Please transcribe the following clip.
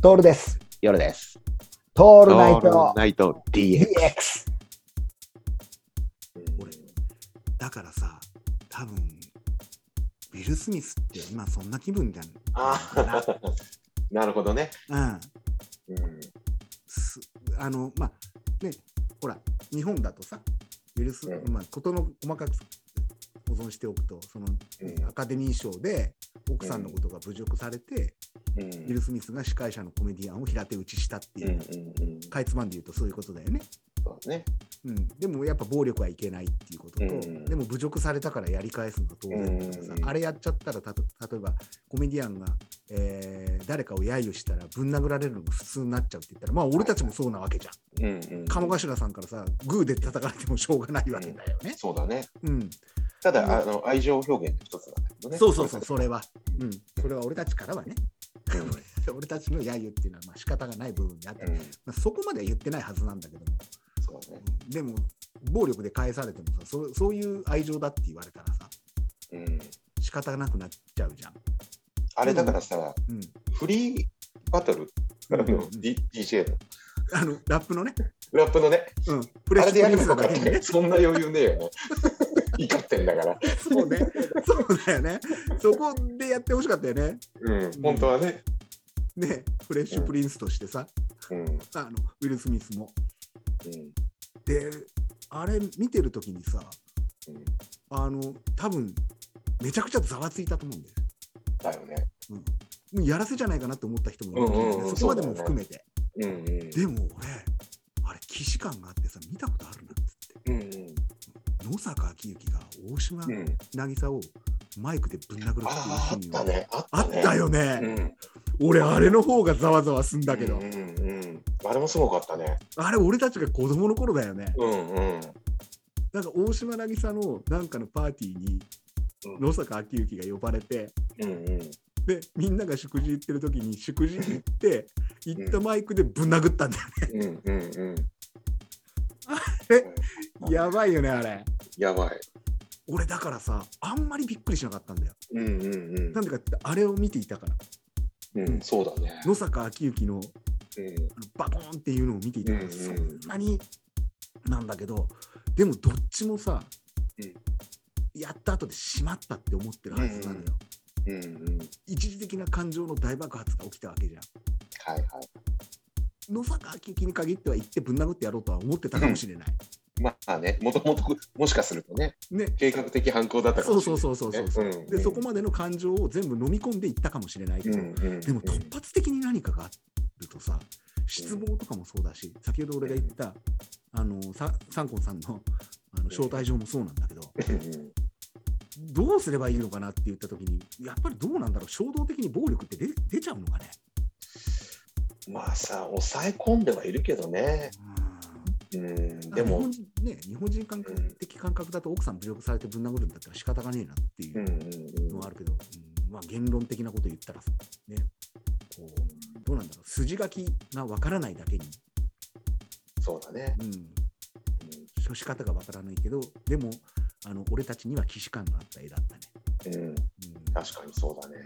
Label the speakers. Speaker 1: トールです。
Speaker 2: 夜です。
Speaker 1: ト
Speaker 2: オ
Speaker 1: ールナイト
Speaker 2: ナイト DX。
Speaker 1: DX。
Speaker 3: 俺だからさ多分ウィル・スミスって今そんな気分じゃん
Speaker 2: あ なるほどね。
Speaker 3: うん
Speaker 2: うん、
Speaker 3: すあのまあねほら日本だとさウィルス、
Speaker 2: うん
Speaker 3: まあ事の細かく保存しておくとその
Speaker 2: うん
Speaker 3: アカデミー賞で奥さんのことが侮辱されて、ウ
Speaker 2: う
Speaker 3: ィ
Speaker 2: ん、
Speaker 3: ル・スミスが司会者のコメディアンを平手打ちしたっていうう、
Speaker 2: ん、うん、
Speaker 3: かいつまんで言うとそういうことだよね、
Speaker 2: そうね。
Speaker 3: うん、でもやっぱ暴力はいけないっていうことと、
Speaker 2: うん
Speaker 3: でも侮辱されたからやり返すのが当然だからさ、
Speaker 2: うん
Speaker 3: あれやっちゃったらたと例えばコメディアンが、えー誰かを揶揄したらぶん殴られるのが普通になっちゃうって言ったらまあ俺たちもそうなわけじゃん。
Speaker 2: うん、うん、
Speaker 3: 鴨頭さんからさグーで叩かれてもしょうがないわけだよね。
Speaker 2: そうだね。
Speaker 3: うん、
Speaker 2: ただ、あの愛情表現の一つなんだけどね。
Speaker 3: そうそうそうそれは、うん、それは俺たちからはね
Speaker 2: うん。うん、
Speaker 3: 俺たちの揶揄っていうのはまあ仕方がない部分であって、まあ、そこまでは言ってないはずなんだけども
Speaker 2: そうだね。
Speaker 3: でも暴力で返されてもさそそういう愛情だって言われたらさ
Speaker 2: うん、
Speaker 3: 仕方なくなっちゃうじゃん。
Speaker 2: あれだからさ、
Speaker 3: うん、
Speaker 2: フリーバトルあ
Speaker 3: うんう
Speaker 2: の、
Speaker 3: ん
Speaker 2: D DJ の
Speaker 3: あのラップのね、
Speaker 2: ラップのね、
Speaker 3: うん、フレッ
Speaker 2: あれ
Speaker 3: シ
Speaker 2: で
Speaker 3: ュプリンスの
Speaker 2: やればよか
Speaker 3: だ
Speaker 2: っ
Speaker 3: け
Speaker 2: た
Speaker 3: にね
Speaker 2: ね。。そんな余裕ねえよね。 怒ってんだから。
Speaker 3: そうね、そうだよね。そこでやってほしかったよね。
Speaker 2: うん、本当はね。
Speaker 3: ね、フレッシュプリンスとしてさ、
Speaker 2: うん、
Speaker 3: あのウィル・スミスも。
Speaker 2: うん、
Speaker 3: で、あれ見てるときにさ、
Speaker 2: うん、
Speaker 3: あの多分めちゃくちゃざわついたと思うんだよ。
Speaker 2: だよね。
Speaker 3: もうやらせじゃないかなと思った人もいるかもしれない
Speaker 2: うんうんうん
Speaker 3: そこまでも含めて。
Speaker 2: うん、うん、
Speaker 3: でも俺、あれ、既視感があってさ、見たことあるなっつっ
Speaker 2: うん、うん、
Speaker 3: て、野坂昭之が大島
Speaker 2: うん。
Speaker 3: 渚をマイクでぶん殴る
Speaker 2: ああ、あ
Speaker 3: っ
Speaker 2: って
Speaker 3: いうシーン
Speaker 2: た
Speaker 3: は
Speaker 2: ね。あ
Speaker 3: あ
Speaker 2: った
Speaker 3: っ
Speaker 2: ね。
Speaker 3: たよね、
Speaker 2: うん。
Speaker 3: 俺あれの方がざわざわすんだけど、
Speaker 2: うんうんうん、あれもすごかったね。
Speaker 3: あれ俺たちが子供の頃だよね
Speaker 2: うんうん。
Speaker 3: なんか大島渚のなんかのパーティーに
Speaker 2: うん
Speaker 3: 野坂昭之が呼ばれて
Speaker 2: うんうん。
Speaker 3: でみんなが祝辞行ってる時に祝辞行って行ったマイクでぶん殴ったんだよ
Speaker 2: うんうんうん。うん
Speaker 3: やばいよねあれ
Speaker 2: やばい。
Speaker 3: 俺だからさあんまりびっくりしなかったんだよ
Speaker 2: うんうん
Speaker 3: なんでかってあれを見ていたから
Speaker 2: うん。うん、そうだね。
Speaker 3: 野坂昭之の
Speaker 2: うん
Speaker 3: あのバコーンっていうのを見ていたから、
Speaker 2: うんうん
Speaker 3: そんなになんだけどでもどっちもさ、
Speaker 2: うん
Speaker 3: やった後でしまったって思ってるはずなのよ、
Speaker 2: うんうんうん。
Speaker 3: 一時的な感情の大爆発が起きたわけじゃん
Speaker 2: はいは
Speaker 3: 野坂昭之に限っては行ってぶん殴ってやろうとは思ってたかもしれない、
Speaker 2: い。まあね、もともともしかするとね、
Speaker 3: ね
Speaker 2: 計画的犯行だったか
Speaker 3: そう
Speaker 2: もしれ
Speaker 3: そ
Speaker 2: な
Speaker 3: う
Speaker 2: い。
Speaker 3: そうそうそう、
Speaker 2: ねうんうん
Speaker 3: でそこまでの感情を全部飲み込んでいったかもしれないけど、
Speaker 2: うんうん。
Speaker 3: でも突発的に何かがあるとさ失望とかもそうだし先ほど俺が言った、あのさサンコンさんのあの招待状もそうなんだけど、
Speaker 2: うん
Speaker 3: どうすればいいのかなって言った時にやっぱりどうなんだろう衝動的に暴力って出出ちゃうのかね
Speaker 2: うん。まあさ、抑え込んではいるけどね。うん。
Speaker 3: 日
Speaker 2: でも
Speaker 3: 本、人ね日本人感覚的感覚だと奥さん侮辱されてぶん殴るんだったら仕方がねえなってい
Speaker 2: うん
Speaker 3: う
Speaker 2: うん
Speaker 3: の
Speaker 2: う
Speaker 3: は
Speaker 2: ん
Speaker 3: あ。るけど、うんまあ言論的なこと言ったらさねこうどうなんだろう筋書きがわからないだけに、
Speaker 2: そうだね。
Speaker 3: うん、
Speaker 2: うん
Speaker 3: 処し方がわからないけどでもあの俺たちには既視感があった絵だったね、
Speaker 2: うん。
Speaker 3: うん
Speaker 2: 確かにそうだね。